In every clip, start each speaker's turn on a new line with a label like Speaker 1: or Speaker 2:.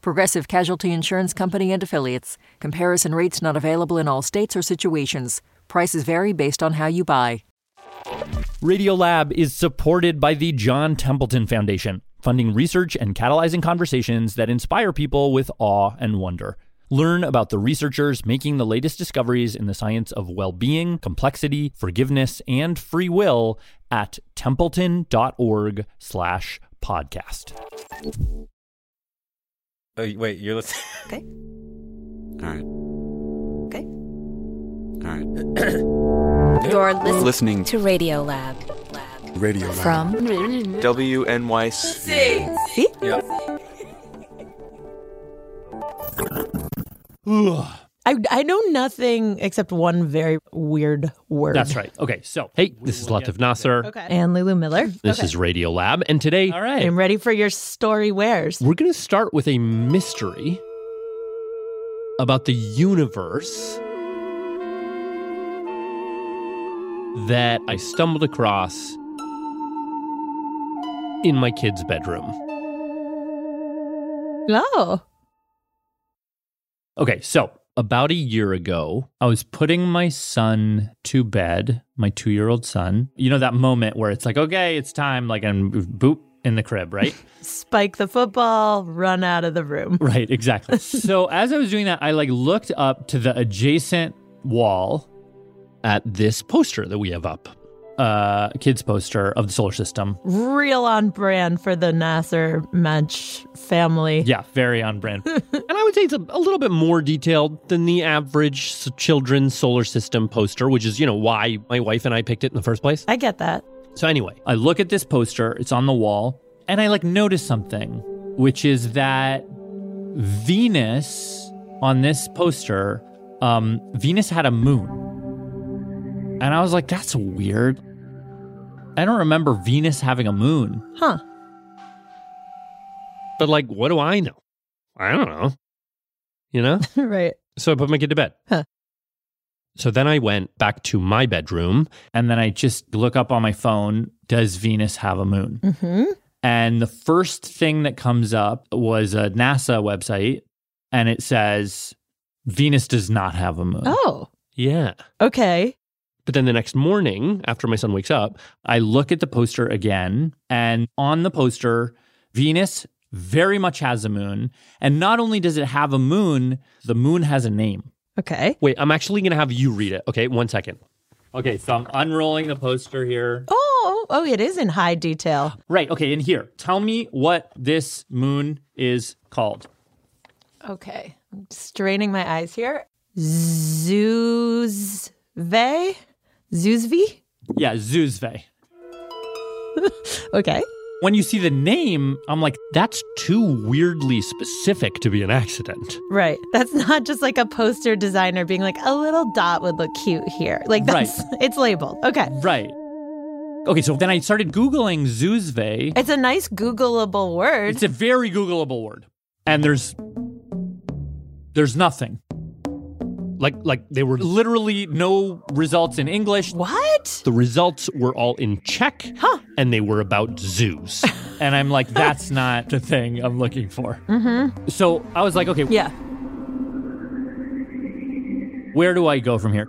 Speaker 1: Progressive Casualty Insurance Company and Affiliates. Comparison rates not available in all states or situations. Prices vary based on how you buy.
Speaker 2: Radiolab is supported by the John Templeton Foundation, funding research and catalyzing conversations that inspire people with awe and wonder. Learn about the researchers making the latest discoveries in the science of well being, complexity, forgiveness, and free will at templeton.org slash podcast.
Speaker 3: Oh, wait, you're listening.
Speaker 4: Okay.
Speaker 5: All right.
Speaker 4: Okay.
Speaker 5: All right.
Speaker 4: You're listening,
Speaker 5: listening
Speaker 4: to Radio Lab.
Speaker 5: Radio Lab.
Speaker 4: From
Speaker 5: WNYC.
Speaker 4: See?
Speaker 3: Yeah.
Speaker 6: I, I know nothing except one very weird word.
Speaker 7: That's right. Okay, so hey, this is Latif Nasser.
Speaker 6: Okay. And Lulu Miller.
Speaker 7: This
Speaker 6: Okay.
Speaker 7: is Radio Lab, and today, all right,
Speaker 6: I'm ready for your story wares.
Speaker 7: we're going to start with a mystery about the universe that I stumbled across in my kid's bedroom.
Speaker 6: Oh.
Speaker 7: Okay, so about a year ago, I was putting my son to bed, my two year old son. You know, that moment where it's like, okay, it's time, like, and boop in the crib, right?
Speaker 6: Spike the football, run out of the room.
Speaker 7: right, exactly. so as I was doing that, I like looked up to the adjacent wall at this poster that we have up uh kids poster of the solar system
Speaker 6: Real on brand for the Nasser Mensch family.
Speaker 7: yeah very on brand and i would say it's a, a little bit more detailed than the average s- children's solar system poster which is you know why my wife and i picked it in the first place
Speaker 6: I get that.
Speaker 7: So anyway, I look at this poster, it's on the wall, and I like notice something, which is that Venus on this poster, um, Venus had a moon. And I was like, that's weird. I don't remember Venus having a moon.
Speaker 6: Huh.
Speaker 7: But like, what do I know? I don't know. You know?
Speaker 6: right.
Speaker 7: So I put my kid to bed.
Speaker 6: Huh.
Speaker 7: So then I went back to my bedroom and then I just look up on my phone, does Venus have a moon?
Speaker 6: Mm-hmm.
Speaker 7: And the first thing that comes up was a NASA website and it says Venus does not have a moon.
Speaker 6: Oh.
Speaker 7: Yeah.
Speaker 6: Okay.
Speaker 7: But then the next morning, after my son wakes up, I look at the poster again. And on the poster, Venus very much has a moon. And not only does it have a moon, the moon has a name.
Speaker 6: Okay.
Speaker 7: Wait, I'm actually going to have you read it. Okay, one second. Okay, so I'm unrolling the poster here.
Speaker 6: Oh, oh, it is in high detail.
Speaker 7: Right, okay, and here, tell me what this moon is called.
Speaker 6: Okay. I'm straining my eyes here. Zuzve? Zuzvi?
Speaker 7: Yeah, Zuzve.
Speaker 6: Okay.
Speaker 7: When you see the name, I'm like, that's too weirdly specific to be an accident.
Speaker 6: Right. That's not just like a poster designer being like, a little dot would look cute here. Like,
Speaker 7: Right.
Speaker 6: that's, it's labeled. Okay.
Speaker 7: Right. Okay, so then I started Googling Zuzve.
Speaker 6: It's a nice Googleable word.
Speaker 7: It's a very Googleable word. And there's there's nothing. Like like they were literally no results in English.
Speaker 6: what?
Speaker 7: The results were all in Czech,
Speaker 6: Huh.
Speaker 7: and they were about zoos. and I'm like, that's not the thing I'm looking for. Mm-hmm. So I was like, okay,
Speaker 6: Yeah.
Speaker 7: where do I go from here?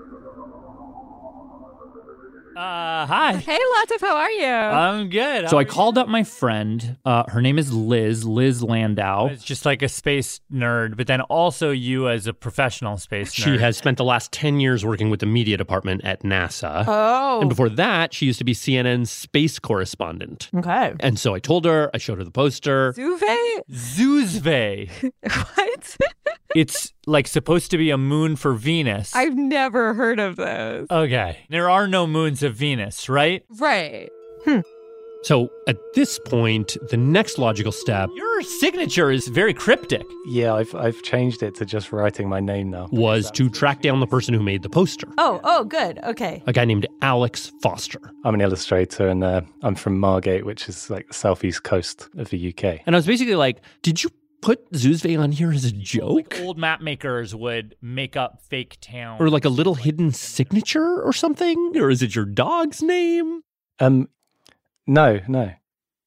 Speaker 7: Uh, hi.
Speaker 8: Hey, Latif, how are you?
Speaker 7: I'm good. So I called up my friend. Uh, her name is Liz, Liz Landau.
Speaker 9: It's just like a space nerd, but then also you as a professional space nerd.
Speaker 7: She has spent the last 10 years working with the media department at NASA.
Speaker 6: Uh.
Speaker 8: Oh.
Speaker 7: And before that, she used to be CNN's space correspondent.
Speaker 6: Okay.
Speaker 7: And so I told her, I showed her the poster.
Speaker 8: Duvet?
Speaker 9: Zuzve.
Speaker 8: What?
Speaker 9: it's like supposed to be a moon for Venus.
Speaker 8: I've never heard of those.
Speaker 9: okay. There are no moons of Venus, right?
Speaker 8: Right.
Speaker 7: So at this point, the next logical step
Speaker 10: Your signature is very cryptic.
Speaker 11: Yeah, I've, I've changed it to just writing my name now.
Speaker 7: was to track down the person who made the poster,
Speaker 6: Oh, oh, good. Okay.
Speaker 7: a guy named Alex Foster.
Speaker 11: I'm an illustrator and uh, I'm from Margate, which is like the southeast coast of the UK.
Speaker 7: And I was basically like, did you put Zuzve on here as a joke?
Speaker 12: Old map makers would make up fake towns.
Speaker 7: Or like a little hidden signature or something? Or is it your dog's name?
Speaker 11: Um, no, no.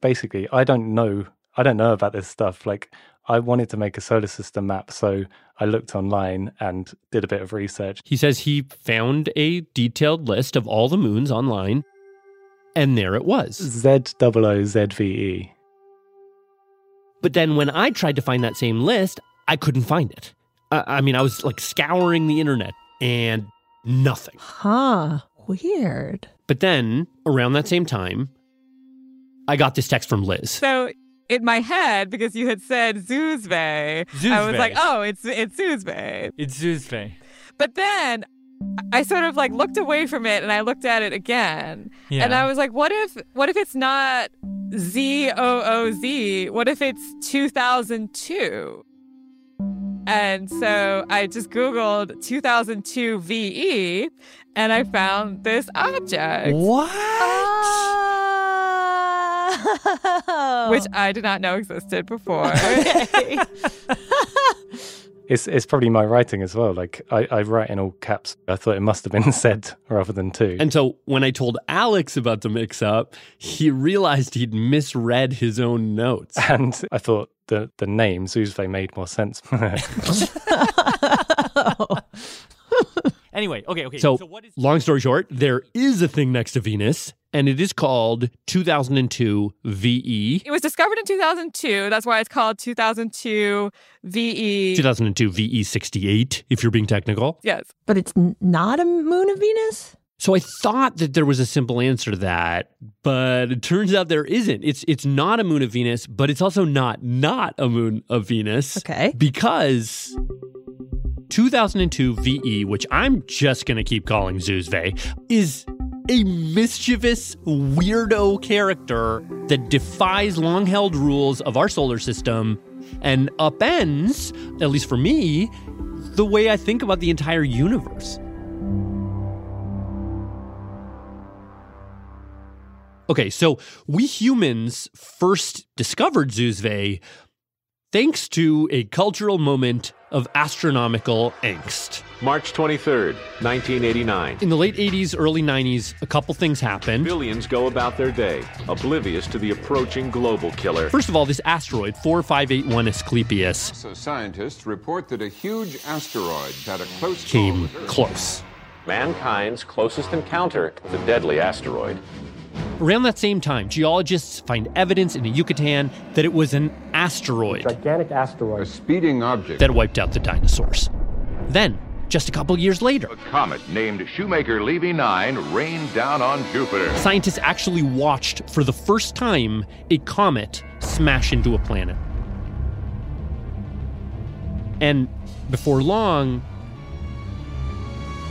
Speaker 11: Basically, I don't know. I don't know about this stuff. Like, I wanted to make a solar system map, so I looked online and did a bit of research.
Speaker 7: He says he found a detailed list of all the moons online, and there it was.
Speaker 11: Z double O Z V E.
Speaker 7: But then when I tried to find that same list, I couldn't find it. I, I mean, I was like scouring the internet and nothing.
Speaker 6: Huh. Weird.
Speaker 7: But then around that same time, I got this text from Liz.
Speaker 4: So in my head, because you had said Zuzbe, I was
Speaker 12: Zuzbe.
Speaker 4: like, oh, it's it's Zuzbe.
Speaker 12: It's Zuzve.
Speaker 4: But then I sort of like looked away from it and I looked at it again.
Speaker 12: Yeah.
Speaker 4: And I was like, what if what if it's not Z O O Z? What if it's 2002? And so I just googled 2002 VE E and I found this object. "Uh."
Speaker 6: Ah. Oh.
Speaker 4: Which I did not know existed before.
Speaker 6: Okay.
Speaker 11: It's it's probably my writing as well. Like I, I write in all caps. I thought it must have been said rather than two.
Speaker 7: And so when I told Alex about the mix up, he realized he'd misread his own notes.
Speaker 11: And I thought the the name Zuzve made more sense.
Speaker 12: Anyway, okay, okay.
Speaker 7: So,
Speaker 12: what is
Speaker 7: long story short, there is a thing next to Venus, and it is called 2002 VE.
Speaker 4: It was discovered in 2002. That's why it's called 2002 VE.
Speaker 7: 2002 VE 68, E if you're being technical.
Speaker 4: E. Yes.
Speaker 6: but it's n- not a moon of Venus?
Speaker 7: So I thought that there was a simple answer to that, but it turns out there isn't. It's it's not a moon of Venus, but it's also not not a moon of Venus.
Speaker 6: Okay.
Speaker 7: Because 2002 VE, E, which I'm just going to keep calling Zuzve, is a mischievous weirdo character that defies long held rules of our solar system and upends, at least for me, the way I think about the entire universe. Okay, so we humans first discovered Zuzve thanks to a cultural moment of astronomical angst.
Speaker 13: March 23rd, 1989.
Speaker 7: In the late 80s, early 90s, a couple things happened.
Speaker 13: Billions go about their day, oblivious to the approaching global killer.
Speaker 7: First of all, this asteroid, 4581 Asclepius,
Speaker 14: So scientists report that a huge asteroid had a close
Speaker 7: came
Speaker 14: call with Earth.
Speaker 7: close.
Speaker 13: Mankind's closest encounter with a deadly asteroid.
Speaker 7: Around that same time, geologists find evidence in the Yucatan that it was an asteroid
Speaker 14: gigantic asteroid. A speeding object.
Speaker 7: that wiped out the dinosaurs. Then, just a couple years later,
Speaker 14: comet named Shoemaker Levy 9 rained down on Jupiter.
Speaker 7: scientists actually watched for the first time a comet smash into a planet. And before long,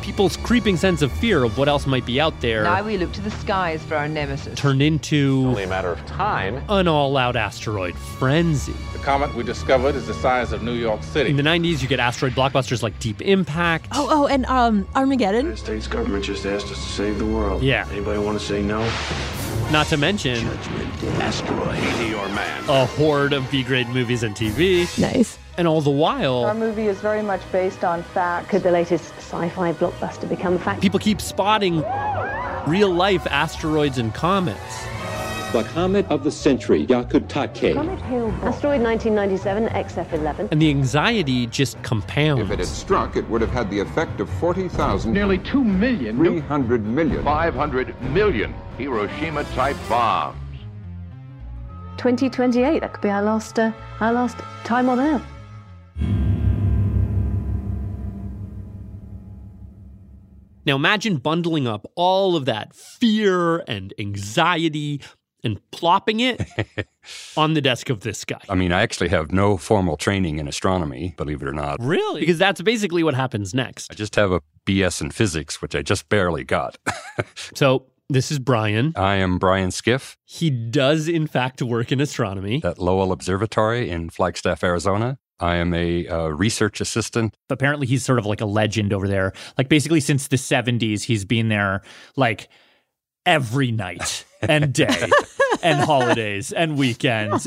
Speaker 7: people's creeping sense of fear of what else might be out
Speaker 15: Now
Speaker 7: there
Speaker 15: we look to the skies for our nemesis.
Speaker 7: turned into
Speaker 13: Only a matter of time.
Speaker 7: an all out asteroid frenzy.
Speaker 16: The comet we discovered is the size of New York City.
Speaker 7: In the 90s, you get asteroid blockbusters like Deep Impact.
Speaker 6: Oh, oh, and um, Armageddon?
Speaker 17: United States government just asked us to save the world.
Speaker 7: Yeah.
Speaker 17: Anybody want to say no?
Speaker 7: Not to mention
Speaker 17: Asteroid.
Speaker 13: Meteor Man.
Speaker 7: a horde of B grade movies and TV.
Speaker 6: Nice.
Speaker 7: And all the while,
Speaker 18: Our movie is very much based on fact.
Speaker 19: Could the latest sci fi blockbuster become fact?
Speaker 7: people keep spotting real life asteroids and comets.
Speaker 20: The comet of the century, Yakutake.
Speaker 19: Comet Hale. Asteroid 1997, XF 11.
Speaker 7: and the anxiety just
Speaker 14: If it had
Speaker 7: compounds.
Speaker 14: struck, it would have had the effect of 40,000.
Speaker 16: Nearly 2 million.
Speaker 14: 300 million.
Speaker 16: 500 million Hiroshima type bombs.
Speaker 19: 2028, that could be our last, uh, our last time on Earth.
Speaker 7: Now imagine bundling up all of that fear and anxiety and plopping it on the desk of this guy.
Speaker 5: I mean, I actually have no formal training in astronomy, believe it or not.
Speaker 7: Really? Because that's basically what happens next.
Speaker 5: I just have a BS in physics, which I just barely got.
Speaker 7: So This is Brian.
Speaker 14: Uh-
Speaker 5: I am Brian Skiff.
Speaker 7: He does, in fact, work in astronomy
Speaker 5: at Lowell Observatory in Flagstaff, Arizona. I am a uh, research assistant.
Speaker 11: Apparently, he's sort of like a legend over there. Like, basically, since the 70s, he's been there like every night and day and holidays and weekends.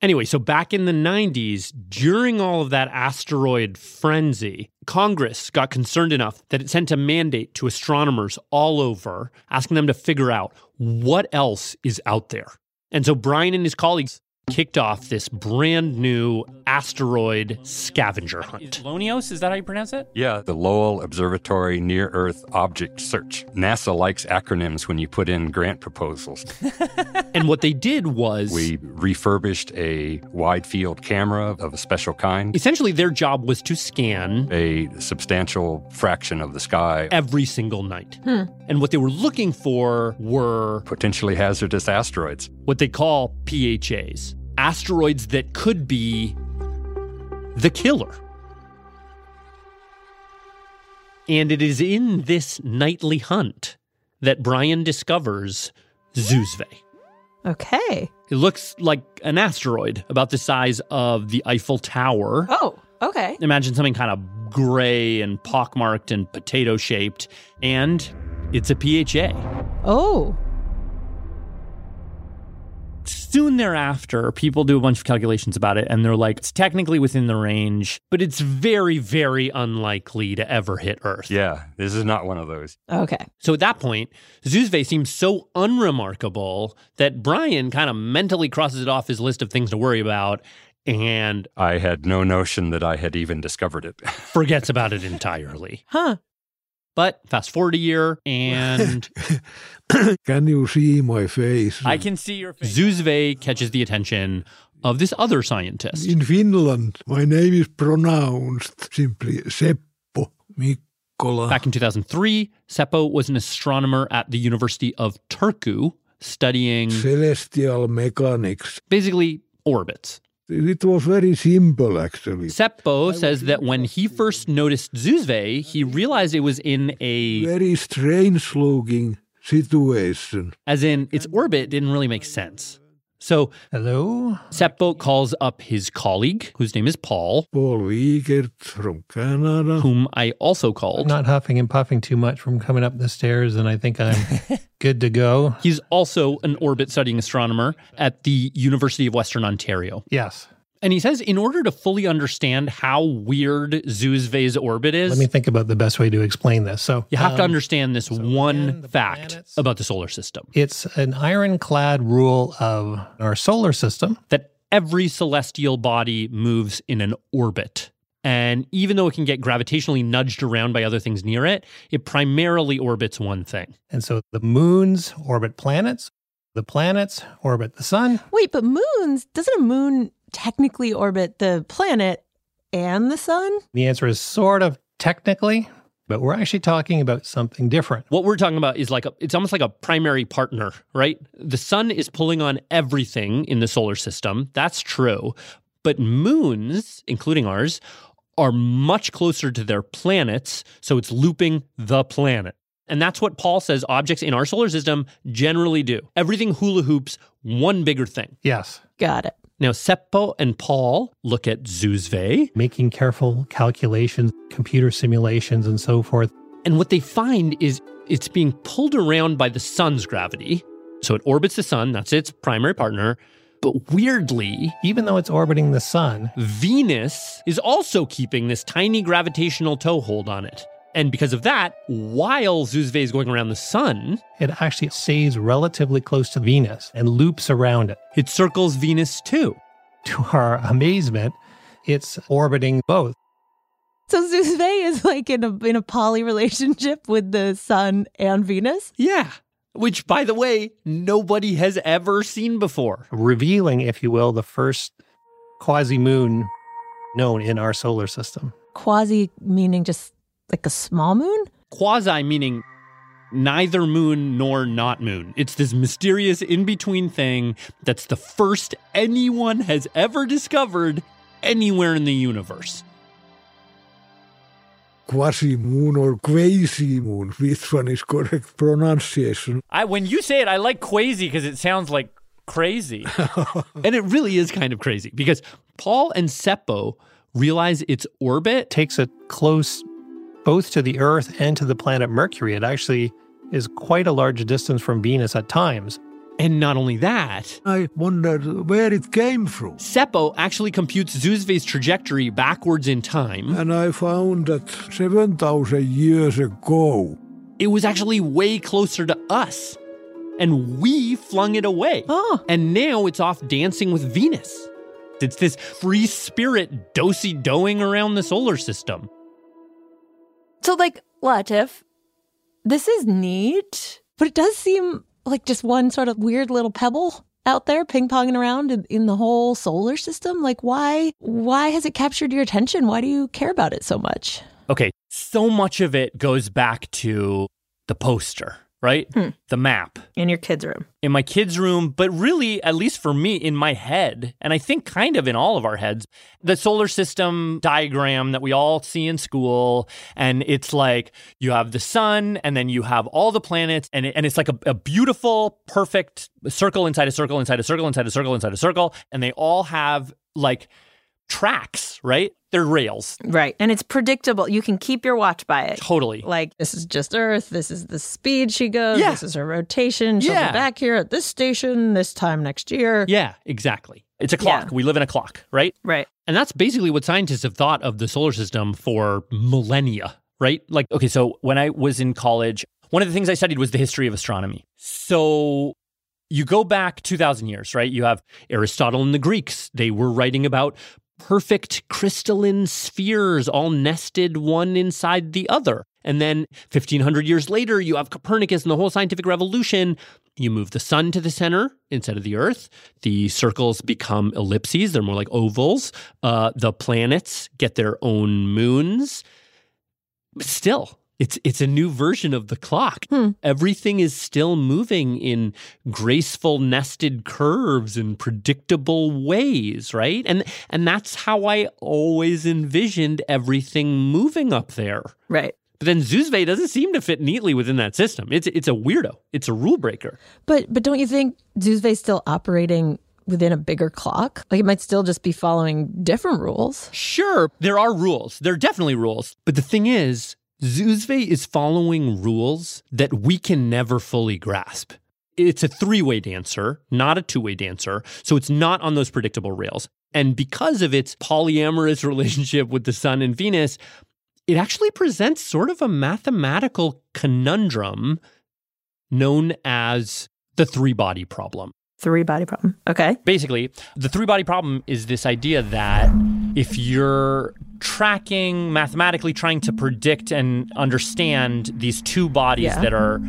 Speaker 7: Anyway, so back in the 90s, during all of that asteroid frenzy, Congress got concerned enough that it sent a mandate to astronomers all over, asking them to figure out what else is out there. And so Brian and his colleagues kicked off this brand new asteroid scavenger hunt.
Speaker 11: Is Lonios, is that how you pronounce it?
Speaker 5: Yeah, the Lowell Observatory Near Earth Object Search. NASA likes acronyms when you put in grant proposals.
Speaker 7: and what they did was
Speaker 5: we refurbished a wide field camera of a special kind.
Speaker 7: Essentially, their job was to scan
Speaker 5: a substantial fraction of the sky
Speaker 7: every single night. Hmm. And what they were looking for were
Speaker 5: potentially hazardous asteroids,
Speaker 7: what they call PHAs asteroids that could be the killer. And it is in this nightly hunt that Brian discovers Zuzve.
Speaker 6: Okay.
Speaker 7: It looks like an asteroid about the size of the Eiffel Tower.
Speaker 6: Oh, okay.
Speaker 7: Imagine something kind of gray and pockmarked and potato shaped, and it's a PHA.
Speaker 6: Oh
Speaker 11: soon thereafter, people do a bunch of calculations about it and they're like, it's technically within the range,
Speaker 7: but it's very, very unlikely to ever hit Earth.
Speaker 5: Yeah, this is not one of those.
Speaker 6: Okay.
Speaker 7: So at that point, Zuzve seems so unremarkable that Brian kind of mentally crosses it off his list of things to worry about. And
Speaker 5: I had no notion that I had even discovered it.
Speaker 7: forgets about it entirely.
Speaker 6: Huh.
Speaker 7: But fast forward a year and.
Speaker 21: can you see my face?
Speaker 11: I can see your face.
Speaker 7: Zuzve catches the attention of this other scientist.
Speaker 21: In Finland, my name is pronounced simply Seppo Mikkola.
Speaker 7: Back in 2003, Seppo was an astronomer at the University of Turku studying
Speaker 21: celestial mechanics.
Speaker 7: Basically, orbits.
Speaker 21: It was very simple, actually.
Speaker 7: Seppo says that when he first noticed Zuzve, he realized it was in a
Speaker 21: very strange looking situation.
Speaker 7: As in, its orbit didn't really make sense. So,
Speaker 21: hello.
Speaker 7: Seppo calls up his colleague, whose name is Paul.
Speaker 21: Paul Wiegert from Canada,
Speaker 7: whom I also called.
Speaker 22: I'm not huffing and puffing too much from coming up the stairs, and I think I'm good to go.
Speaker 7: He's also an orbit studying astronomer at the University of Western Ontario.
Speaker 22: Yes.
Speaker 7: And he says, in order to fully understand how weird Zuzve's orbit is,
Speaker 22: let me think about the best way to explain this. So
Speaker 7: you have um, to understand this so one fact planets, about the solar system.
Speaker 22: It's an ironclad rule of our solar system
Speaker 7: that every celestial body moves in an orbit. And even though it can get gravitationally nudged around by other things near it, it primarily orbits one thing.
Speaker 22: And so the moons orbit planets, the planets orbit the sun.
Speaker 6: Wait, but moons, doesn't a moon technically orbit the planet and the sun?
Speaker 22: The answer is sort of technically, but we're actually talking about something different.
Speaker 7: What we're talking about is like a, it's almost like a primary partner, right? The sun is pulling on everything in the solar system. That's true. But moons, including ours, are much closer to their planets, so it's looping the planet. And that's what Paul says objects in our solar system generally do. Everything hula hoops one bigger thing.
Speaker 22: Yes.
Speaker 6: Got it.
Speaker 7: Now, Seppo and Paul look at Zuzve,
Speaker 22: making careful calculations, computer simulations, and so forth.
Speaker 7: And what they find is it's being pulled around by the sun's gravity. So it orbits the sun, that's its primary partner. But weirdly,
Speaker 22: even though it's orbiting the sun,
Speaker 7: Venus is also keeping this tiny gravitational toehold on it. And because of that, while Zuzve is going around the sun,
Speaker 22: it actually stays relatively close to Venus and loops around it.
Speaker 7: It circles Venus too.
Speaker 22: To our amazement, it's orbiting both.
Speaker 6: So Zuzve is like in a in a poly relationship with the sun and Venus?
Speaker 7: Yeah. Which by the way, nobody has ever seen before.
Speaker 22: Revealing, if you will, the first quasi moon known in our solar system.
Speaker 6: Quasi meaning just like a small moon?
Speaker 7: Quasi meaning neither moon nor not moon. It's this mysterious in between thing that's the first anyone has ever discovered anywhere in the universe.
Speaker 21: quasi-moon or quasi-moon. Which one is correct pronunciation?
Speaker 9: I, when you say it, I like quasi because it sounds like crazy.
Speaker 7: and it really is kind of crazy because Paul and Seppo realize its orbit
Speaker 22: takes it close both to the Earth and to the planet Mercury. It actually is quite a large distance from Venus at times.
Speaker 7: And not only that,
Speaker 21: I wondered where it came from.
Speaker 7: Seppo actually computes Zuzve's trajectory backwards in time.
Speaker 21: And I found that 7,000 years ago,
Speaker 7: it was actually way closer to us. And we flung it away.
Speaker 6: Oh.
Speaker 7: And now it's off dancing with Venus. It's this free spirit dosy doing around the solar system.
Speaker 6: So, like, Latif, this is neat, but it does seem like just one sort of weird little pebble out there ping ponging around in, in the whole solar system. Like, why? Why has it captured your attention? Why do you care about it so much?
Speaker 7: Okay, so much of it goes back to the poster, right?
Speaker 4: Hmm.
Speaker 7: The map
Speaker 4: In your kids' room.
Speaker 7: in my kids' room, but really, at least for me, in my head, and I think kind of in all of our heads, the solar system diagram that we all see in school. And it's like you have the sun, and then you have all the planets, and, it, and it's like a, a beautiful, perfect circle inside a circle, inside a circle, inside a circle, inside a circle. And they all have like tracks, right? They're rails.
Speaker 4: Right. And it's predictable. You can keep your watch by it.
Speaker 7: Totally.
Speaker 4: Like, this is just Earth. This is the speed she goes.
Speaker 7: Yeah.
Speaker 4: This is her rotation. She'll
Speaker 7: Yeah.
Speaker 4: be back here at this station this time next year.
Speaker 7: Yeah, exactly. It's a clock. We live in a clock, right?
Speaker 4: Right.
Speaker 7: And that's basically what scientists have thought of the solar system for millennia, right? Like, okay, so when I was in college, one of the things I studied was the history of astronomy. So you go back 2,000 years, right? You have Aristotle and the Greeks. They were writing about perfect crystalline spheres, all nested one inside the other. And then 1,500 years later, you have Copernicus and the whole scientific revolution. You move the sun to the center instead of the earth. The circles become ellipses, they're more like ovals. Uh, the planets get their own moons. But still, it's it's a new version of the clock. Everything is still moving in graceful nested curves and predictable ways, right? And and that's how I always envisioned everything moving up there.
Speaker 4: Right.
Speaker 7: But then Zuzve doesn't seem to fit neatly within that system. It's it's a weirdo. It's a rule breaker.
Speaker 6: But but don't you think Zuzve's still operating within a bigger clock? Like, it might still just be following different rules.
Speaker 7: Sure, there are rules. There are definitely rules. But the thing is, Zuzve is following rules that we can never fully grasp. It's a three way dancer, not a two way dancer. So it's not on those predictable rails. And because of its polyamorous relationship with the sun and Venus, it actually presents sort of a mathematical conundrum known as the three body problem.
Speaker 4: Three body problem. Okay.
Speaker 7: Basically, the three body problem is this idea that if you're tracking mathematically trying to predict and understand these two bodies
Speaker 9: Yeah.
Speaker 7: that are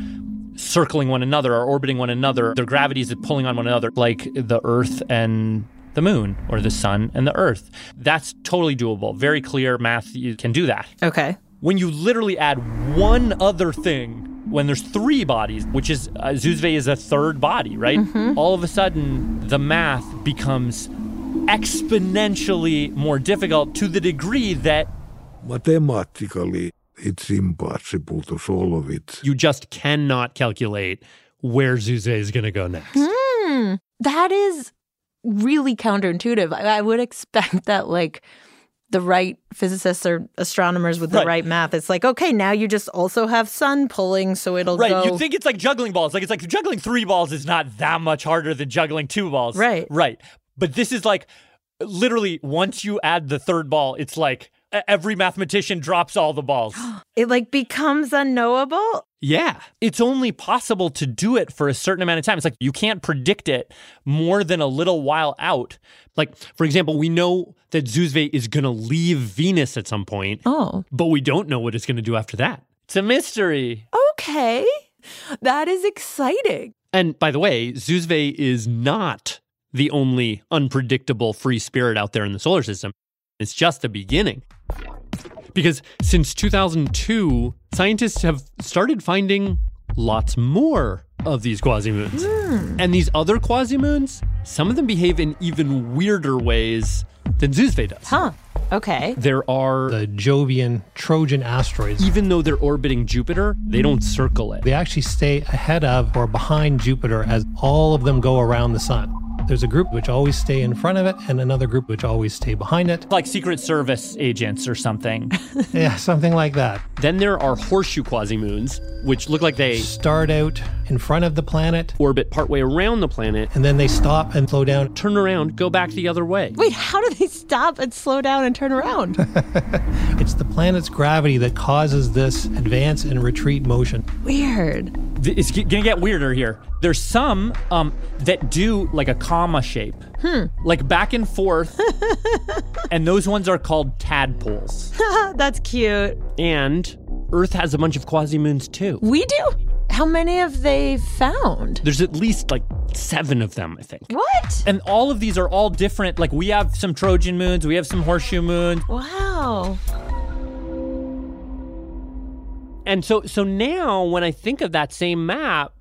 Speaker 7: circling one another or orbiting one another, their gravities are pulling on one another, like the Earth and the moon or the sun and the earth. That's totally doable. Very clear math. You can do that.
Speaker 4: Okay.
Speaker 7: When you literally add one other thing, when there's three bodies, which is uh, Zuzve is a third body, right? All of a sudden, the math becomes exponentially more difficult to the degree that
Speaker 21: Mathematically, it's impossible to solve it.
Speaker 7: you just cannot calculate where Zuzve is going to go next.
Speaker 6: Hmm.
Speaker 4: That is really counterintuitive. I, I would expect that, like, the right physicists or astronomers with the
Speaker 7: Right.
Speaker 4: right. math, it's like, okay, now you just also have sun pulling, so it'll
Speaker 7: Right,
Speaker 4: go.
Speaker 7: you think it's like juggling balls. Like it's like juggling three balls is not that much harder than juggling two balls.
Speaker 4: Right.
Speaker 7: Right. But this is like literally once you add the third ball, it's like e- every mathematician drops all the balls.
Speaker 4: it like becomes unknowable.
Speaker 7: yeah. It's only possible to do it for a certain amount of time. It's like you can't predict it more than a little while out. Like, for example, we know that Zuzve is going to leave Venus at some point.
Speaker 6: Oh.
Speaker 7: But we don't know what it's going to do after that. It's a mystery.
Speaker 6: Okay.
Speaker 4: That is exciting.
Speaker 7: And by the way, Zuzve is not the only unpredictable free spirit out there in the solar system. It's just the beginning. Because since 2002, scientists have started finding lots more of these quasimoons. And these other quasimoons, some of them behave in even weirder ways than Zeusve does.
Speaker 6: Huh. Okay.
Speaker 7: There are
Speaker 22: the Jovian Trojan asteroids.
Speaker 7: Even though they're orbiting Jupiter, they don't circle it.
Speaker 22: They actually stay ahead of or behind Jupiter as all of them go around the sun. There's a group which always stay in front of it and another group which always stay behind it.
Speaker 23: Like Secret Service agents or something.
Speaker 22: yeah, something like that.
Speaker 7: Then there are horseshoe quasimoons, which look like they
Speaker 22: start out in front of the planet,
Speaker 7: orbit partway around the planet,
Speaker 22: and then they stop and slow down.
Speaker 7: turn around, go back the other way.
Speaker 6: Wait, how do they stop and slow down and turn around?
Speaker 22: It's the planet's gravity that causes this advance and retreat motion.
Speaker 6: Weird.
Speaker 23: Th- It's g- gonna get weirder here. There's some um, that do like a comma shape,
Speaker 6: Hmm.
Speaker 23: like back and forth, and those ones are called tadpoles.
Speaker 6: That's cute.
Speaker 7: And Earth has a bunch of quasimoons too.
Speaker 6: We do? How many have they found?
Speaker 7: There's at least like seven of them, I think.
Speaker 6: What?
Speaker 23: And all of these are all different. Like we have some Trojan moons, we have some horseshoe moons.
Speaker 6: Wow.
Speaker 7: And so so now when I think of that same map,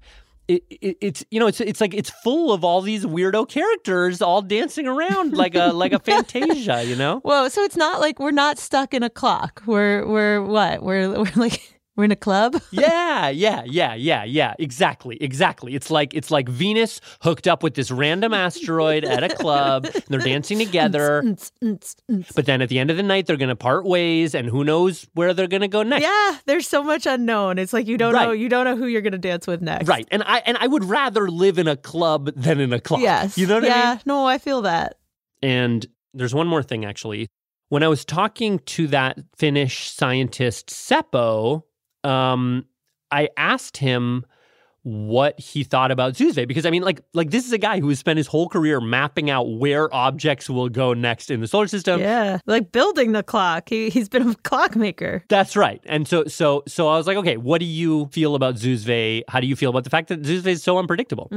Speaker 7: it, it, it's you know it's it's like it's full of all these weirdo characters all dancing around like a like a Fantasia, you know?
Speaker 6: Whoa, so it's not like we're not stuck in a clock. We're we're what? We're we're like we're in a club?
Speaker 7: Yeah, yeah, yeah, yeah, yeah. Exactly, exactly. It's like it's like Venus hooked up with this random asteroid at a club. And they're dancing together, but then at the end of the night they're going to part ways, and who knows where they're going to go next.
Speaker 6: Yeah, there's so much unknown. It's like you don't know
Speaker 7: Right.
Speaker 6: you don't know who you're gonna dance with next.
Speaker 7: Right. And I and I would rather live in a club than in a clock.
Speaker 6: Yes.
Speaker 7: You know what I mean?
Speaker 6: yeah, no, I feel that.
Speaker 7: And there's one more thing, actually. When I was talking to that Finnish scientist, Seppo, um, I asked him what he thought about Zuzve because I mean, like, like this is a guy who has spent his whole career mapping out where objects will go next in the solar system.
Speaker 6: Yeah. Like building the clock. He he's been a clockmaker.
Speaker 7: That's right. And so, so, so I was like, okay, what do you feel about Zuzve? How do you feel about the fact that Zuzve is so unpredictable?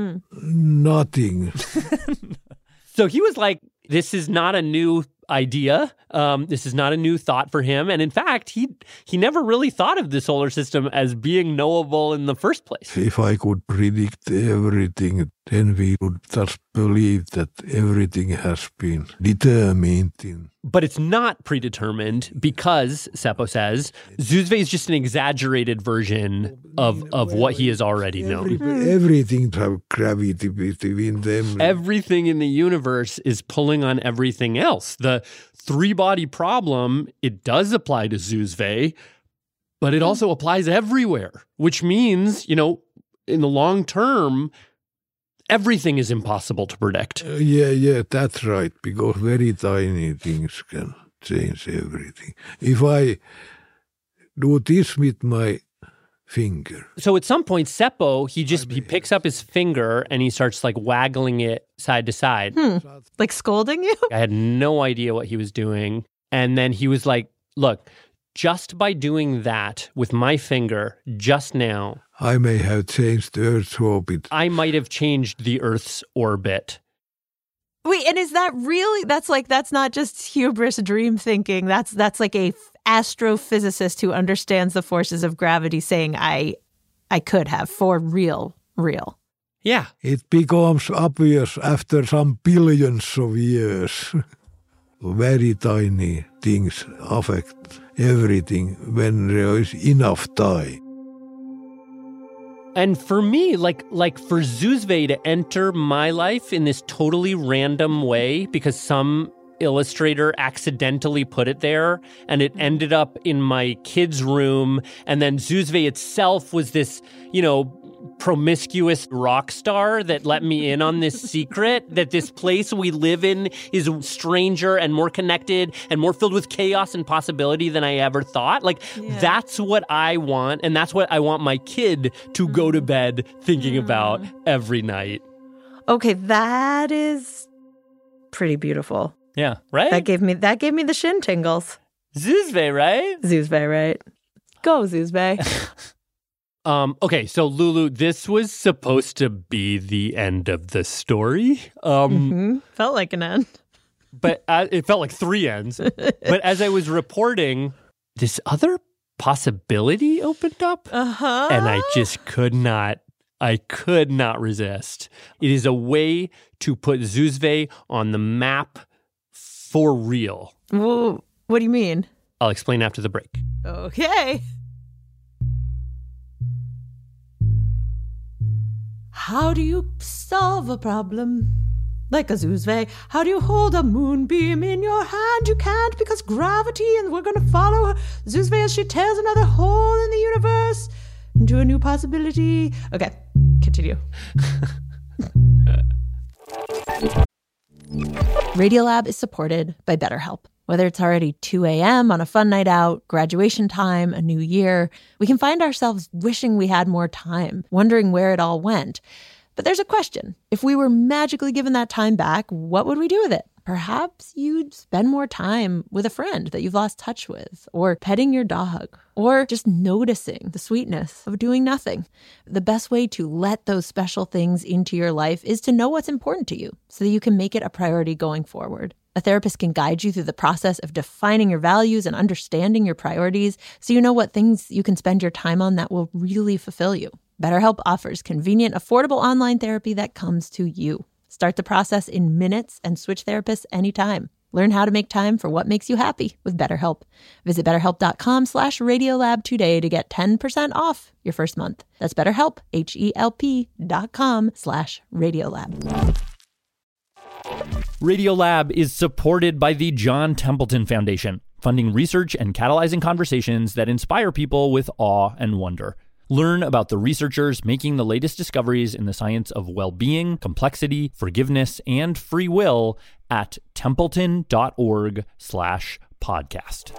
Speaker 21: Nothing.
Speaker 7: So he was like, "This is not a new idea. Um, this is not a new thought for him." And in fact, he he never really thought of the solar system as being knowable in the first place.
Speaker 21: If I could predict everything, then we would thus believe that everything has been determined in
Speaker 7: But it's not predetermined because Seppo says Zuzve is just an exaggerated version of of what he has already known.
Speaker 21: everything have gravity between them.
Speaker 7: Everything in the universe is pulling on everything else. The three body problem, it does apply to Zuzve, but it also applies everywhere, which means, you know, in the long term, everything is impossible to predict.
Speaker 21: Uh, yeah, yeah, that's right. Because very tiny things can change everything. If I do this with my finger,
Speaker 7: So at some point, Seppo, he just he picks up his finger and he starts like waggling it side to side.
Speaker 6: Hmm. Like scolding you?
Speaker 7: I had no idea what he was doing. And then he was like, look, just by doing that with my finger just now,
Speaker 21: I may have changed the Earth's orbit.
Speaker 7: I might have changed the Earth's orbit.
Speaker 6: Wait, and is that really that's like that's not just hubris dream thinking. That's that's like a f- astrophysicist who understands the forces of gravity saying I I could have for real, real.
Speaker 7: Yeah.
Speaker 21: It becomes obvious after some billions of years. very tiny things affect everything when there is enough time.
Speaker 7: And for me, like like for Zuzve to enter my life in this totally random way because some illustrator accidentally put it there and it ended up in my kids' room and then Zuzve itself was this, you know, promiscuous rock star that let me in on this secret that this place we live in is stranger and more connected and more filled with chaos and possibility than I ever thought. Like that's what I want and that's what I want my kid to go to bed thinking about every night.
Speaker 24: Okay, that is pretty beautiful.
Speaker 7: Yeah, right?
Speaker 24: That gave me that gave me the shin tingles.
Speaker 7: Zuzve, right?
Speaker 24: Zuzbe, right?
Speaker 6: Go, Zuzbe.
Speaker 7: Um, okay, so Lulu, this was supposed to be the end of the story. Um,
Speaker 24: Mm-hmm.
Speaker 6: Mhm. Felt like an end.
Speaker 7: but uh, it felt like three ends. but as I was reporting, this other possibility opened up.
Speaker 6: Uh-huh.
Speaker 7: And I just could not I could not resist. It is a way to put Zuzve on the map for real.
Speaker 6: Well, what do you mean?
Speaker 7: I'll explain after the break.
Speaker 6: Okay. How do you solve a problem? Like a Zuzve, how do you hold a moonbeam in your hand? You can't because gravity, and we're gonna follow her. Zuzve as she tears another hole in the universe into a new possibility. Okay, continue. Radiolab is supported by BetterHelp. Whether it's already 2 a.m. on a fun night out, graduation time, a new year, we can find ourselves wishing we had more time, wondering where it all went. But there's a question if we were magically given that time back, what would we do with it? Perhaps you'd spend more time with a friend that you've lost touch with, or petting your dog, or just noticing the sweetness of doing nothing. The best way to let those special things into your life is to know what's important to you so that you can make it a priority going forward. A therapist can guide you through the process of defining your values and understanding your priorities so you know what things you can spend your time on that will really fulfill you. BetterHelp offers convenient, affordable online therapy that comes to you. Start the process in minutes and switch therapists anytime. Learn how to make time for what makes you happy with BetterHelp. Visit betterhelp.com slash radiolab today to get 10% off your first month. That's betterhelp, H-E-L-P dot com slash radiolab.
Speaker 2: Radiolab is supported by the John Templeton Foundation, funding research and catalyzing conversations that inspire people with awe and wonder. Learn about the researchers making the latest discoveries in the science of well being, complexity, forgiveness, and free will at templeton.org slash podcast.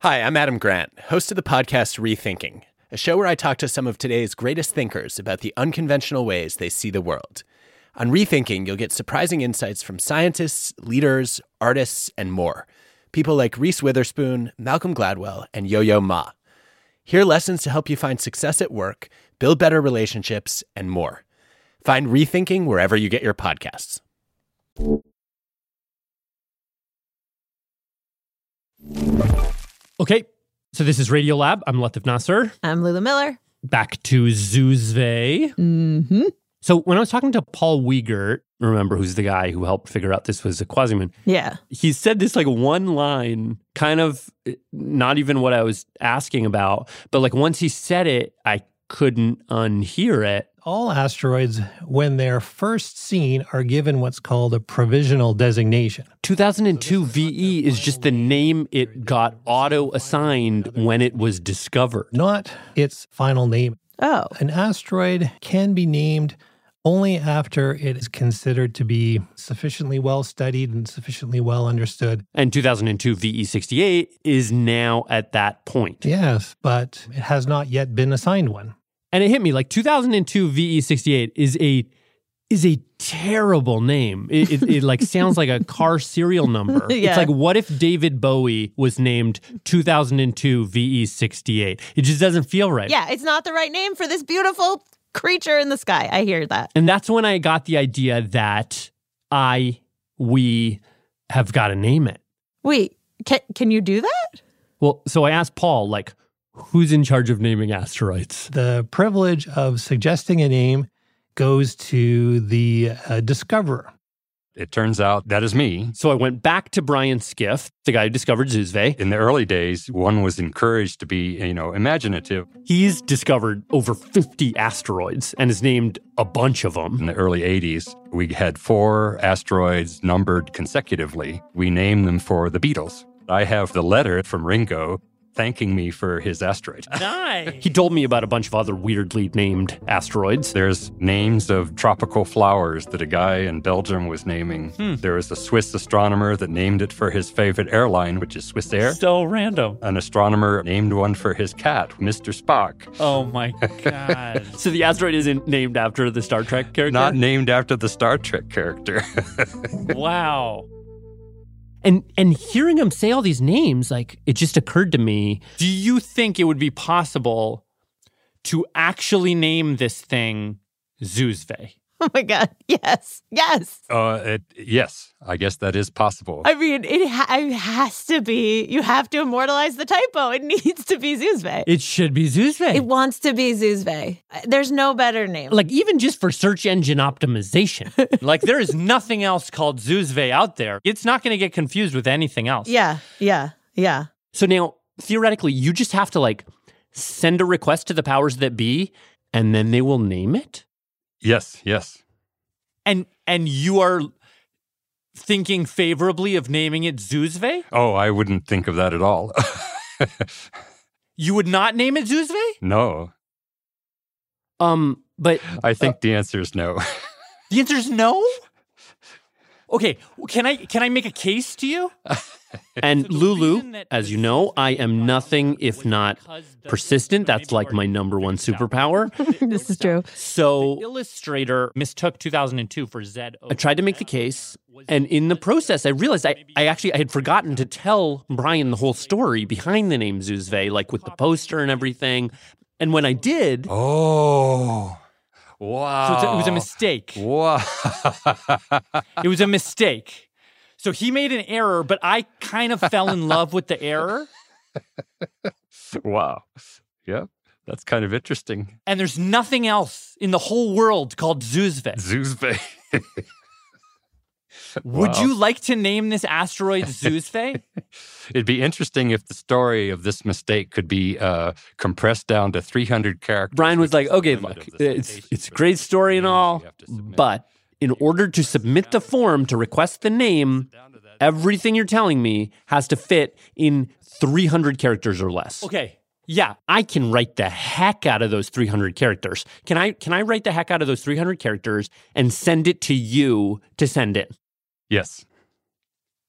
Speaker 1: Hi, I'm Adam Grant, host of the podcast Rethinking, a show where I talk to some of today's greatest thinkers about the unconventional ways they see the world. On Rethinking, you'll get surprising insights from scientists, leaders, artists, and more. People like Reese Witherspoon, Malcolm Gladwell, and Yo Yo Ma. Hear lessons to help you find success at work, build better relationships, and more. Find Rethinking wherever you get your podcasts.
Speaker 7: Okay, so this is Radio Lab. I'm Latif Nasser.
Speaker 6: I'm Lulu Miller.
Speaker 7: Back to Zuzve.
Speaker 6: Mm-hmm.
Speaker 7: So when I was talking to Paul Wiegert, remember who's the guy who helped figure out this was a Quasiman?
Speaker 6: Yeah.
Speaker 7: He said this like one line, kind of eh, not even what I was asking about, but like once he said it, I couldn't unhear it.
Speaker 22: All asteroids, when they're first seen, are given what's called a provisional designation.
Speaker 7: 2002 VE E is just the name it got auto assigned when it was discovered,
Speaker 22: not its final name.
Speaker 6: Oh.
Speaker 22: An asteroid can be named only after it is considered to be sufficiently well studied and sufficiently well understood.
Speaker 7: And 2002 VE 68 E is now at that point.
Speaker 22: Yes, but it has not yet been assigned one.
Speaker 7: And it hit me like 2002 VE 68 E is a is a terrible name. It, it, it like sounds like a car serial number.
Speaker 6: Yeah.
Speaker 7: It's like what if David Bowie was named 2002 VE 68? E It just doesn't feel right.
Speaker 6: Yeah, it's not the right name for this beautiful creature in the sky. I hear that.
Speaker 7: And that's when I got the idea that I, we have got to name it.
Speaker 6: Wait, can, can you do that?
Speaker 7: Well, so I asked Paul, like, who's in charge of naming asteroids?
Speaker 22: The privilege of suggesting a name goes to the uh, discoverer.
Speaker 5: It turns out that is me.
Speaker 7: So I went back to Brian Skiff, the guy who discovered Zuzve.
Speaker 5: In the early days, one was encouraged to be, you know, imaginative.
Speaker 7: He's discovered over 50 asteroids and has named a bunch of them.
Speaker 5: In the early 80s, we had four asteroids numbered consecutively. We named them for the Beatles. I have the letter from Ringo thanking me for his asteroid.
Speaker 7: Nice. he told me about a bunch of other weirdly named asteroids.
Speaker 5: There's names of tropical flowers that a guy in Belgium was naming.
Speaker 7: Hmm.
Speaker 5: There was a Swiss astronomer that named it for his favorite airline, which is Swiss Air.
Speaker 7: So random.
Speaker 5: An astronomer named one for his cat, Mr. Spock.
Speaker 7: Oh my god. so the asteroid isn't named after the Star Trek character?
Speaker 5: Not named after the Star Trek character.
Speaker 7: wow and and hearing him say all these names like it just occurred to me do you think it would be possible to actually name this thing zuzve
Speaker 6: Oh my God. Yes. Yes.
Speaker 5: Uh, it, yes, I guess that is possible.
Speaker 6: I mean, it, ha- it has to be. You have to immortalize the typo. It needs to be Zuzve.
Speaker 7: It should be Zuzve.
Speaker 6: It wants to be Zuzve. There's no better name.
Speaker 7: Like, even just for search engine optimization, like, there is nothing else called Zuzve out there. It's not going to get confused with anything else.
Speaker 6: Yeah. Yeah. Yeah.
Speaker 7: So now, theoretically, you just have to like send a request to the powers that be, and then they will name it.
Speaker 5: Yes, yes.
Speaker 7: And and you are thinking favorably of naming it Zuzve?
Speaker 5: Oh, I wouldn't think of that at all.
Speaker 7: you would not name it Zuzve?
Speaker 5: No.
Speaker 7: Um, but
Speaker 5: I think uh, the answer is no.
Speaker 7: the answer is no? Okay, can I can I make a case to you?
Speaker 11: and Lulu, as you know, I am nothing if not persistent. That's like my number one superpower.
Speaker 6: this is true.
Speaker 11: So,
Speaker 7: Illustrator mistook 2002 for Z.
Speaker 11: I tried to make the case, and in the process, I realized I, I actually I had forgotten to tell Brian the whole story behind the name Zuzve, like with the poster and everything. And when I did,
Speaker 5: oh. Wow.
Speaker 7: So it was a mistake.
Speaker 5: Wow.
Speaker 7: it was a mistake. So he made an error, but I kind of fell in love with the error.
Speaker 5: wow. Yeah. That's kind of interesting.
Speaker 7: And there's nothing else in the whole world called Zuzve.
Speaker 5: Zuzve.
Speaker 7: Would wow. you like to name this asteroid Zuzve?
Speaker 5: It'd be interesting if the story of this mistake could be uh, compressed down to 300 characters.
Speaker 11: Brian was like, okay, look, it's, it's a great story and all, but in order to submit the form to request the name, everything you're telling me has to fit in 300 characters or less.
Speaker 7: Okay. Yeah,
Speaker 11: I can write the heck out of those 300 characters. Can I can I write the heck out of those 300 characters and send it to you to send it?
Speaker 5: Yes.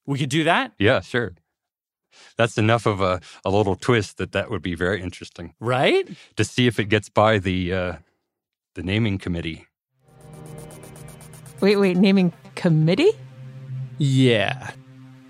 Speaker 7: We could do that?
Speaker 5: Yeah, sure. That's enough of a, a little twist that that would be very interesting.
Speaker 7: Right?
Speaker 5: To see if it gets by the uh, the naming committee.
Speaker 6: Wait, wait, naming committee?
Speaker 11: Yeah.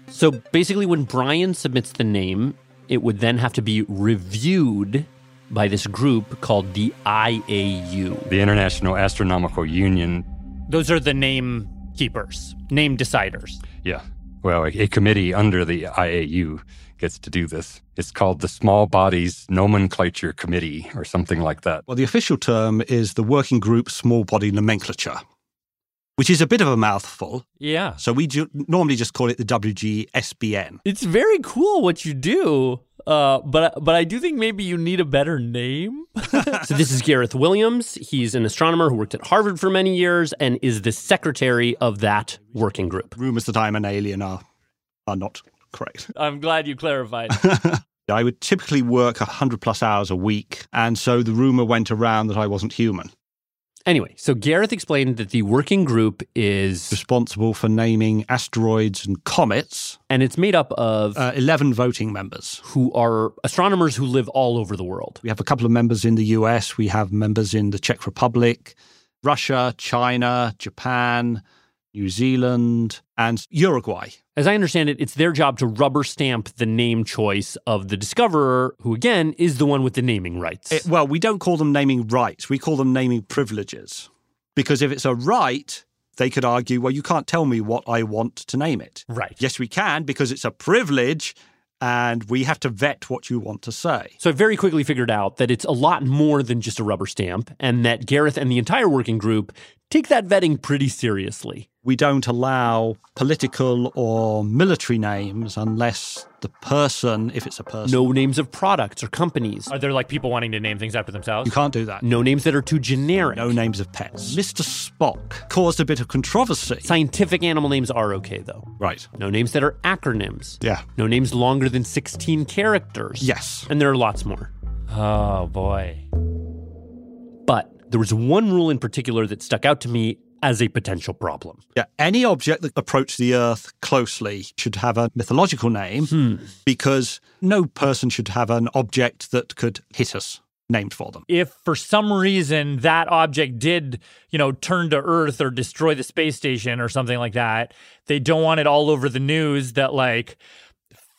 Speaker 7: So basically, when Brian submits the name, it would then have to be reviewed by this group called the IAU
Speaker 5: the International Astronomical Union.
Speaker 7: Those are the name keepers, name deciders.
Speaker 5: Yeah. Well, a, a committee under the IAU gets to do this. It's called the Small Bodies Nomenclature Committee or something like that.
Speaker 3: Well, the official term is the Working Group Small Body Nomenclature which is a bit of a mouthful.
Speaker 7: Yeah.
Speaker 3: So we ju- normally just call it the WGSBN.
Speaker 7: It's very cool what you do. Uh, but but I do think maybe you need a better name.
Speaker 11: so this is Gareth Williams. He's an astronomer who worked at Harvard for many years and is the secretary of that working group.
Speaker 3: Rumors that I'm an alien are are not correct.
Speaker 7: I'm glad you clarified.
Speaker 3: I would typically work 100 plus hours a week, and so the rumor went around that I wasn't human.
Speaker 11: Anyway, so Gareth explained that the working group is
Speaker 3: responsible for naming asteroids and comets.
Speaker 11: And it's made up of
Speaker 3: uh, 11 voting members
Speaker 11: who are astronomers who live all over the world.
Speaker 3: We have a couple of members in the US, we have members in the Czech Republic, Russia, China, Japan, New Zealand, and Uruguay.
Speaker 11: As I understand it, it's their job to rubber stamp the name choice of the discoverer, who again is the one with the naming rights.
Speaker 3: It, Eh, well, we don't call them naming rights, we call them naming privileges. Because if it's a right, they could argue, well, you can't tell me what I want to name it.
Speaker 11: Right.
Speaker 3: Yes, we can, because it's a privilege and we have to vet what you want to say.
Speaker 11: So I very quickly figured out that it's a lot more than just a rubber stamp, and that Gareth and the entire working group take that vetting pretty seriously.
Speaker 3: We don't allow political or military names unless the person, if it's a person.
Speaker 11: No names of products or companies.
Speaker 7: Are there like people wanting to name things after themselves?
Speaker 3: You can't do that.
Speaker 11: No names that are too generic.
Speaker 3: No names of pets. Mr. Spock caused a bit of controversy.
Speaker 11: Scientific animal names are okay, though.
Speaker 3: Right.
Speaker 11: No names that are acronyms.
Speaker 3: Yeah.
Speaker 11: No names longer than 16 characters.
Speaker 3: Yes.
Speaker 11: And there are lots more.
Speaker 7: Oh, boy.
Speaker 11: But there was one rule in particular that stuck out to me as a potential problem.
Speaker 3: Yeah, any object that approaches the Earth closely should have a mythological name
Speaker 11: hmm.
Speaker 3: because no person should have an object that could hit us named for them.
Speaker 7: If for some reason that object did, you know, turn to Earth or destroy the space station or something like that, they don't want it all over the news that like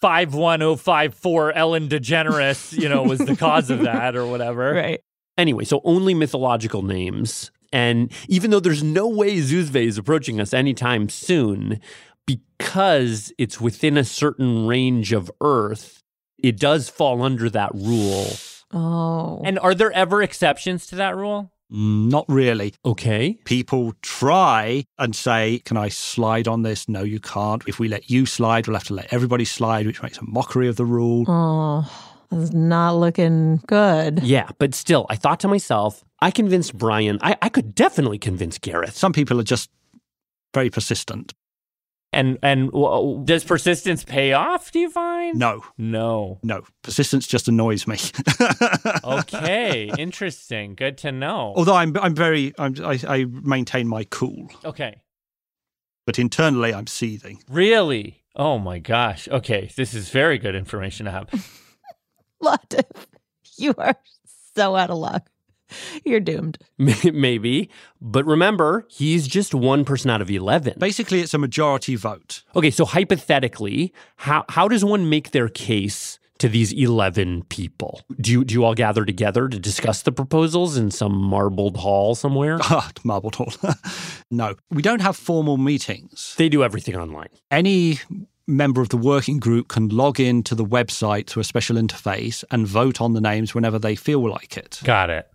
Speaker 7: 51054 Ellen DeGeneres, you know, was the cause of that or whatever.
Speaker 6: Right.
Speaker 11: Anyway, so only mythological names
Speaker 7: And even though there's no way Zuzve is approaching us anytime soon, because it's within a certain range of Earth, it does fall under that rule.
Speaker 6: Oh.
Speaker 25: And are there ever exceptions to that rule?
Speaker 3: Mm, Not really.
Speaker 7: Okay.
Speaker 3: People try and say, Can I slide on this? No, you can't. If we let you slide, we'll have to let everybody slide, which makes a mockery of the rule.
Speaker 6: Oh, it's not looking good.
Speaker 7: Yeah, but still, I thought to myself, I convinced Brian. I, I could definitely convince Gareth.
Speaker 3: Some people are just very persistent.
Speaker 25: And and w- does persistence pay off? Do you find?
Speaker 3: No,
Speaker 25: No.
Speaker 3: no. Persistence just annoys me.
Speaker 25: Okay. Interesting. Good to know.
Speaker 3: Although I'm, I'm very, I'm, I, I maintain my cool,
Speaker 25: Okay.
Speaker 3: but internally I'm seething.
Speaker 25: Really? Oh my gosh. Okay. This is very good information to have.
Speaker 6: Latif, you are so out of luck. You're doomed.
Speaker 7: Maybe. But remember, he's just one person out of 11.
Speaker 3: Basically, it's a majority vote.
Speaker 7: Okay, so hypothetically, how, how does one make their case to these 11 people? Do you, do you all gather together to discuss the proposals in some marbled hall somewhere?
Speaker 3: Ah, marble hall. no, we don't have formal meetings.
Speaker 7: They do everything online.
Speaker 3: Any member of the working group can log in to the website through a special interface and vote on the names whenever they feel like it.
Speaker 25: Got it.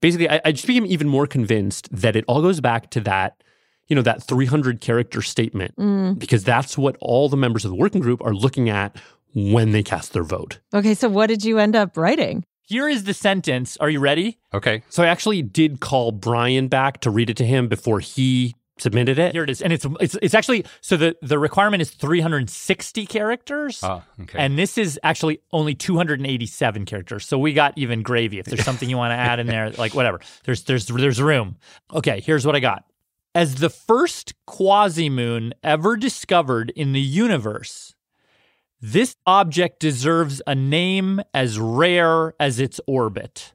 Speaker 7: Basically, I, I just became even more convinced that it all goes back to that, you know, that 300 character statement,
Speaker 6: Mm.
Speaker 7: because that's what all the members of the working group are looking at when they cast their vote.
Speaker 6: Okay, so what did you end up writing?
Speaker 25: Here is the sentence. Are you ready?
Speaker 5: Okay.
Speaker 7: So I actually did call Brian back to read it to him before he submitted it.
Speaker 25: Here it is. And it's it's it's actually so the the requirement is 360 characters.
Speaker 5: Ah, okay.
Speaker 25: And this is actually only 287 characters. So we got even gravy. If there's something you want to add in there, like whatever. There's there's there's room. Okay, here's what I got. As the first quasimoon ever discovered in the universe, this object deserves a name as rare as its orbit.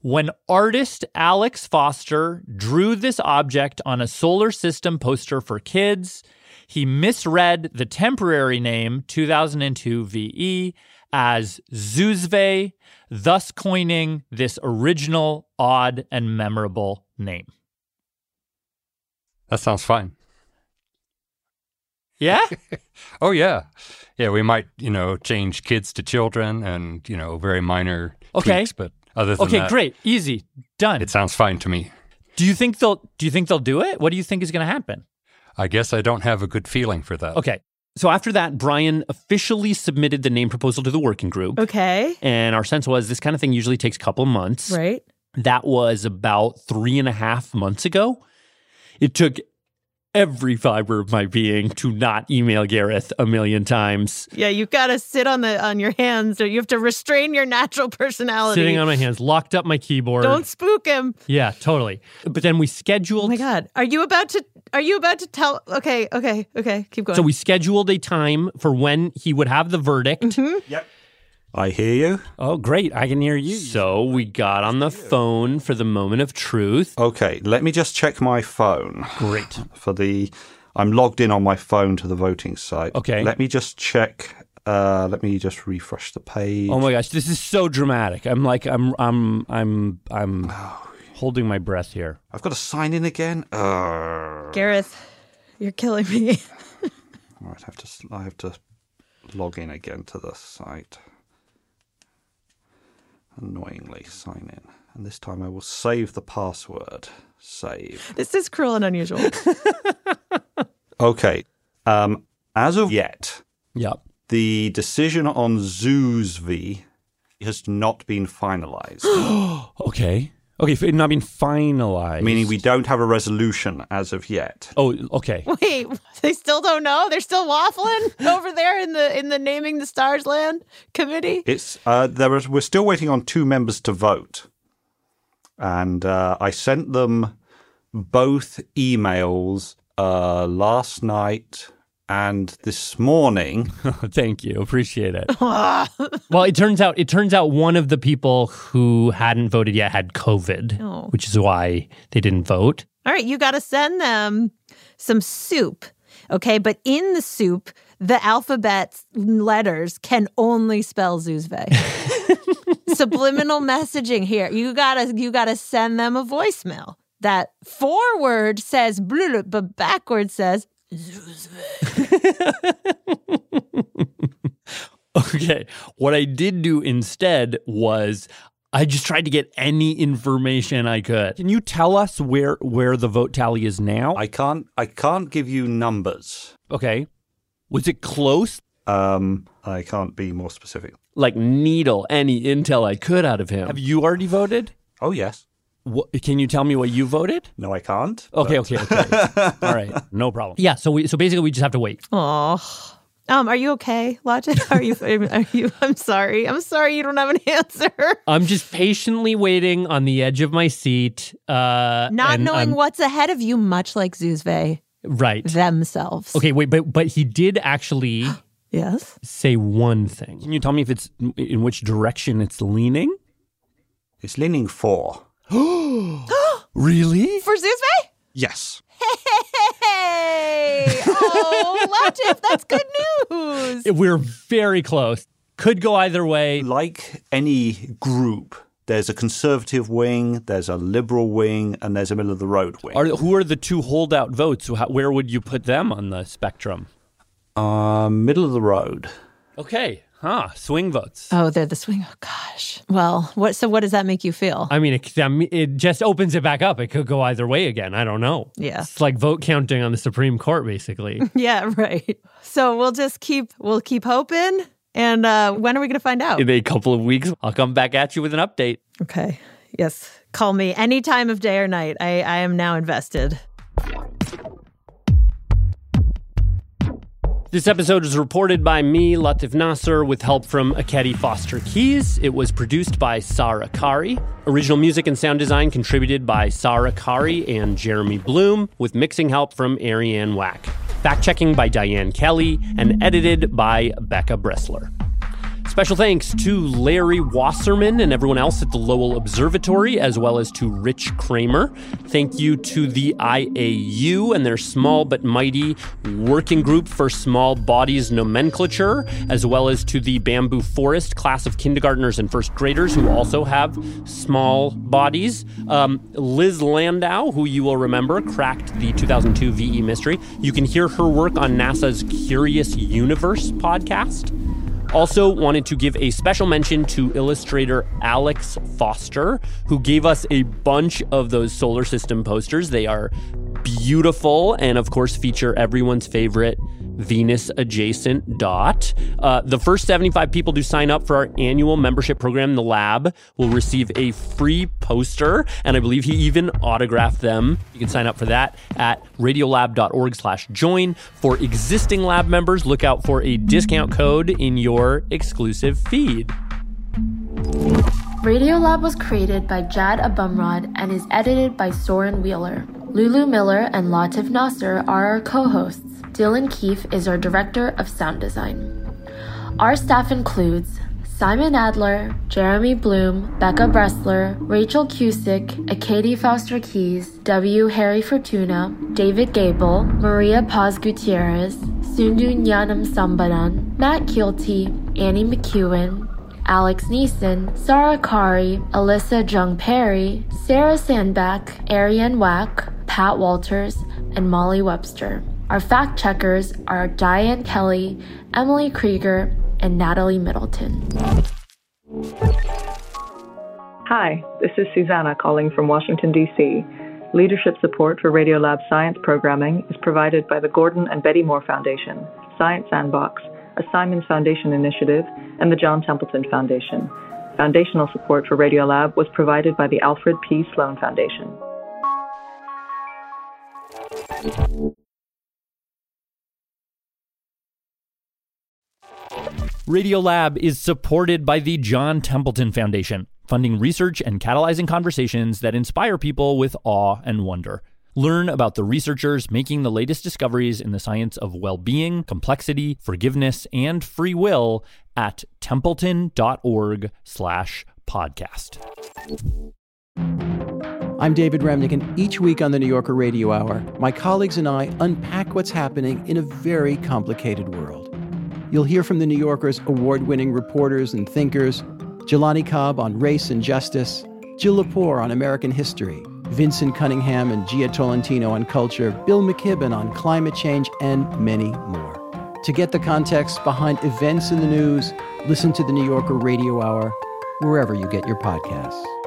Speaker 25: When artist Alex Foster drew this object on a solar system poster for kids, he misread the temporary name 2002 VE E, as Zuzve, thus coining this original, odd, and memorable name.
Speaker 5: That sounds fine.
Speaker 25: Yeah?
Speaker 5: Oh yeah, yeah. We might you know change kids to children and you know very minor
Speaker 25: Okay.
Speaker 5: tweaks, but other than
Speaker 25: okay,
Speaker 5: that,
Speaker 25: great. Easy. Done.
Speaker 5: It sounds fine to me.
Speaker 25: do you think they'll do you think they'll do it? What do you think is going to happen?
Speaker 5: I guess I don't have a good feeling for that.
Speaker 7: Okay. So after that, Brian officially submitted the name proposal to the working group.
Speaker 6: Okay.
Speaker 7: And our sense was this kind of thing usually takes a couple months.
Speaker 6: Right?
Speaker 7: That was about three and a half months ago. It took every fiber of my being to not email Gareth a million times.
Speaker 6: Yeah, you've got to sit on the on your hands or you have to restrain your natural personality.
Speaker 25: Sitting on my hands, locked up my keyboard.
Speaker 6: Don't spook him.
Speaker 25: yeah, totally. But then we scheduled
Speaker 6: Oh my god. Are you about to are you about to tell Okay, okay, okay. Keep going.
Speaker 7: So we scheduled a time for when he would have the verdict.
Speaker 6: Mm-hmm.
Speaker 3: I hear you.
Speaker 7: Oh, great. I can hear you. So we got on the phone for the moment of truth.
Speaker 26: Okay, let me just check my phone.
Speaker 7: Great.
Speaker 26: For the, I'm logged in on my phone to the voting site.
Speaker 7: Okay.
Speaker 26: Let me just check. Uh, let me just refresh the page.
Speaker 7: Oh my gosh, this is so dramatic. I'm like I'm I'm I'm I'm holding my breath here.
Speaker 26: I've got to sign in again. Uh,
Speaker 6: Gareth, you're killing me.
Speaker 26: all right, I have to. s- I have to log in again to the site. Annoyingly, sign in, and this time I will save the password. Save.
Speaker 6: this is cruel and unusual.
Speaker 26: Okay. Um, as of yet,
Speaker 7: Yep.
Speaker 26: the decision on Zoosvi has not been finalized,
Speaker 7: Okay. Okay, if it not been finalized.
Speaker 26: meaning we don't have a resolution as of yet.
Speaker 7: Oh, okay.
Speaker 6: Wait, they still don't know? They're still waffling over there in the in the naming the stars land committee?
Speaker 26: It's uh, there is, we're still waiting on two members to vote, and uh, I sent them both emails uh, last night and this morning.
Speaker 7: Thank you. Appreciate it. well, it turns out it turns out one of the people who hadn't voted yet had COVID,
Speaker 6: Oh.
Speaker 7: which is why they didn't vote.
Speaker 6: All right, you got to send them some soup. Okay, but in the soup, the alphabet letters can only spell Zuzve. Subliminal messaging here. You got to you got to send them a voicemail.
Speaker 4: that forward says blue, but backward says
Speaker 11: Okay. What I did do instead was I just tried to get any information I could.
Speaker 2: Can you tell us where where the vote tally is now?
Speaker 26: I can't I can't give you numbers.
Speaker 11: Okay. Was it close?
Speaker 26: Um I can't be more specific.
Speaker 11: Like needle any intel I could out of him.
Speaker 2: Have you already voted?
Speaker 26: Oh yes.
Speaker 11: What, can you tell me what you voted?
Speaker 26: No, I can't.
Speaker 11: Okay, okay, okay. All right. No problem. Yeah, so we so basically we just have to wait.
Speaker 4: Oh. Um, are you okay, Logic? Are you? Are you? I'm sorry. I'm sorry. You don't have an answer.
Speaker 7: I'm just patiently waiting on the edge of my seat, uh,
Speaker 4: not
Speaker 7: and
Speaker 4: knowing
Speaker 7: I'm-
Speaker 4: what's ahead of you, much like Zuzve
Speaker 7: right
Speaker 4: themselves.
Speaker 7: Okay, wait, but but he did actually
Speaker 4: yes
Speaker 7: say one thing.
Speaker 11: Can you tell me if it's in which direction it's leaning?
Speaker 26: It's leaning four.
Speaker 11: really?
Speaker 4: for Zuzve.
Speaker 26: Yes.
Speaker 4: Hey! Oh, Logic, that's good news.
Speaker 7: We're very close. Could go either way.
Speaker 26: Like any group, there's a conservative wing, there's a liberal wing, and there's a middle of the road wing.
Speaker 11: Are who are the two holdout votes? Wh- Where would you put them on the spectrum?
Speaker 26: Uh, middle of the road.
Speaker 11: Okay, huh? Swing
Speaker 7: Uh,
Speaker 11: votes.
Speaker 4: Oh, they're the swing. Oh gosh. Well, what? So, what does that make you feel?
Speaker 7: I mean, it, I mean, it just opens it back up. It could go either way again. I don't know.
Speaker 4: Yeah.
Speaker 7: It's like vote counting on the Supreme Court, basically.
Speaker 4: Yeah, right. So we'll just keep we'll keep hoping. And uh, when are we going to find out?
Speaker 11: In a couple of weeks, I'll come back at you with an update.
Speaker 4: Okay. Yes. Call me any time of day or night. I, I am now invested.
Speaker 7: This episode was reported by me, Latif Nasser, with help from Akedi Foster Keys. It was produced by Sara Kari. Original music and sound design contributed by Sara Kari and Jeremy Bloom, with mixing help from Ariane Wack. Fact checking by Diane Kelly and edited by Becca Bressler. Special thanks to Larry Wasserman and everyone else at the Lowell Observatory, as well as to Rich Kramer. Thank you to the IAU and their small but mighty working group for small bodies nomenclature, as well as to the Bamboo Forest class of kindergartners and first graders who also have small bodies. Um, Liz Landau, who you will remember, cracked the 2002 VE E mystery. You can hear her work on NASA's Curious Universe podcast. Also, wanted to give a special mention to illustrator Alex Foster, who gave us a bunch of those solar system posters. They are beautiful and, of course, feature everyone's favorite Venus adjacent dot. Uh, the first 75 people to sign up for our annual membership program, The Lab, will receive a free poster, and I believe he even autographed them. You can sign up for that at radiolab.org slash join. For existing lab members, look out for a discount code in your exclusive feed.
Speaker 8: Radiolab was created by Jad Abumrad and is edited by Soren Wheeler. Lulu Miller and Latif Nasser are our co hosts. Dylan Keefe is our director of sound design. Our staff includes Simon Adler, Jeremy Bloom, Becca Bressler, Rachel Cusick, Akadi Foster Keys, W. Harry Fortuna, David Gable, Maria Paz Gutierrez, Sundu Nyanam Sambadan, Matt Keelty, Annie McEwen, Alex Neeson, Sarah Kari, Alyssa Jung Perry, Sarah Sandback, Ariane Wack, Pat Walters, and Molly Webster. Our fact checkers are Diane Kelly, Emily Krieger, and Natalie Middleton.
Speaker 12: Hi, this is Susanna calling from Washington, D.C. Leadership support for Radiolab science programming is provided by the Gordon and Betty Moore Foundation, Science Sandbox, a Simons Foundation initiative, and the John Templeton Foundation. Foundational support for Radiolab was provided by the Alfred P. Sloan Foundation.
Speaker 2: Radiolab is supported by the John Templeton Foundation, funding research and catalyzing conversations that inspire people with awe and wonder. Learn about the researchers making the latest discoveries in the science of well being, complexity, forgiveness, and free will at templeton.org slash podcast.
Speaker 27: I'm David Remnick, and each week on the New Yorker Radio Hour, my colleagues and I unpack what's happening in a very complicated world. You'll hear from the New Yorker's award winning reporters and thinkers Jelani Cobb on race and justice, Jill Lepore on American history, Vincent Cunningham and Gia Tolentino on culture, Bill McKibben on climate change, and many more. To get the context behind events in the news, listen to the New Yorker Radio Hour wherever you get your podcasts.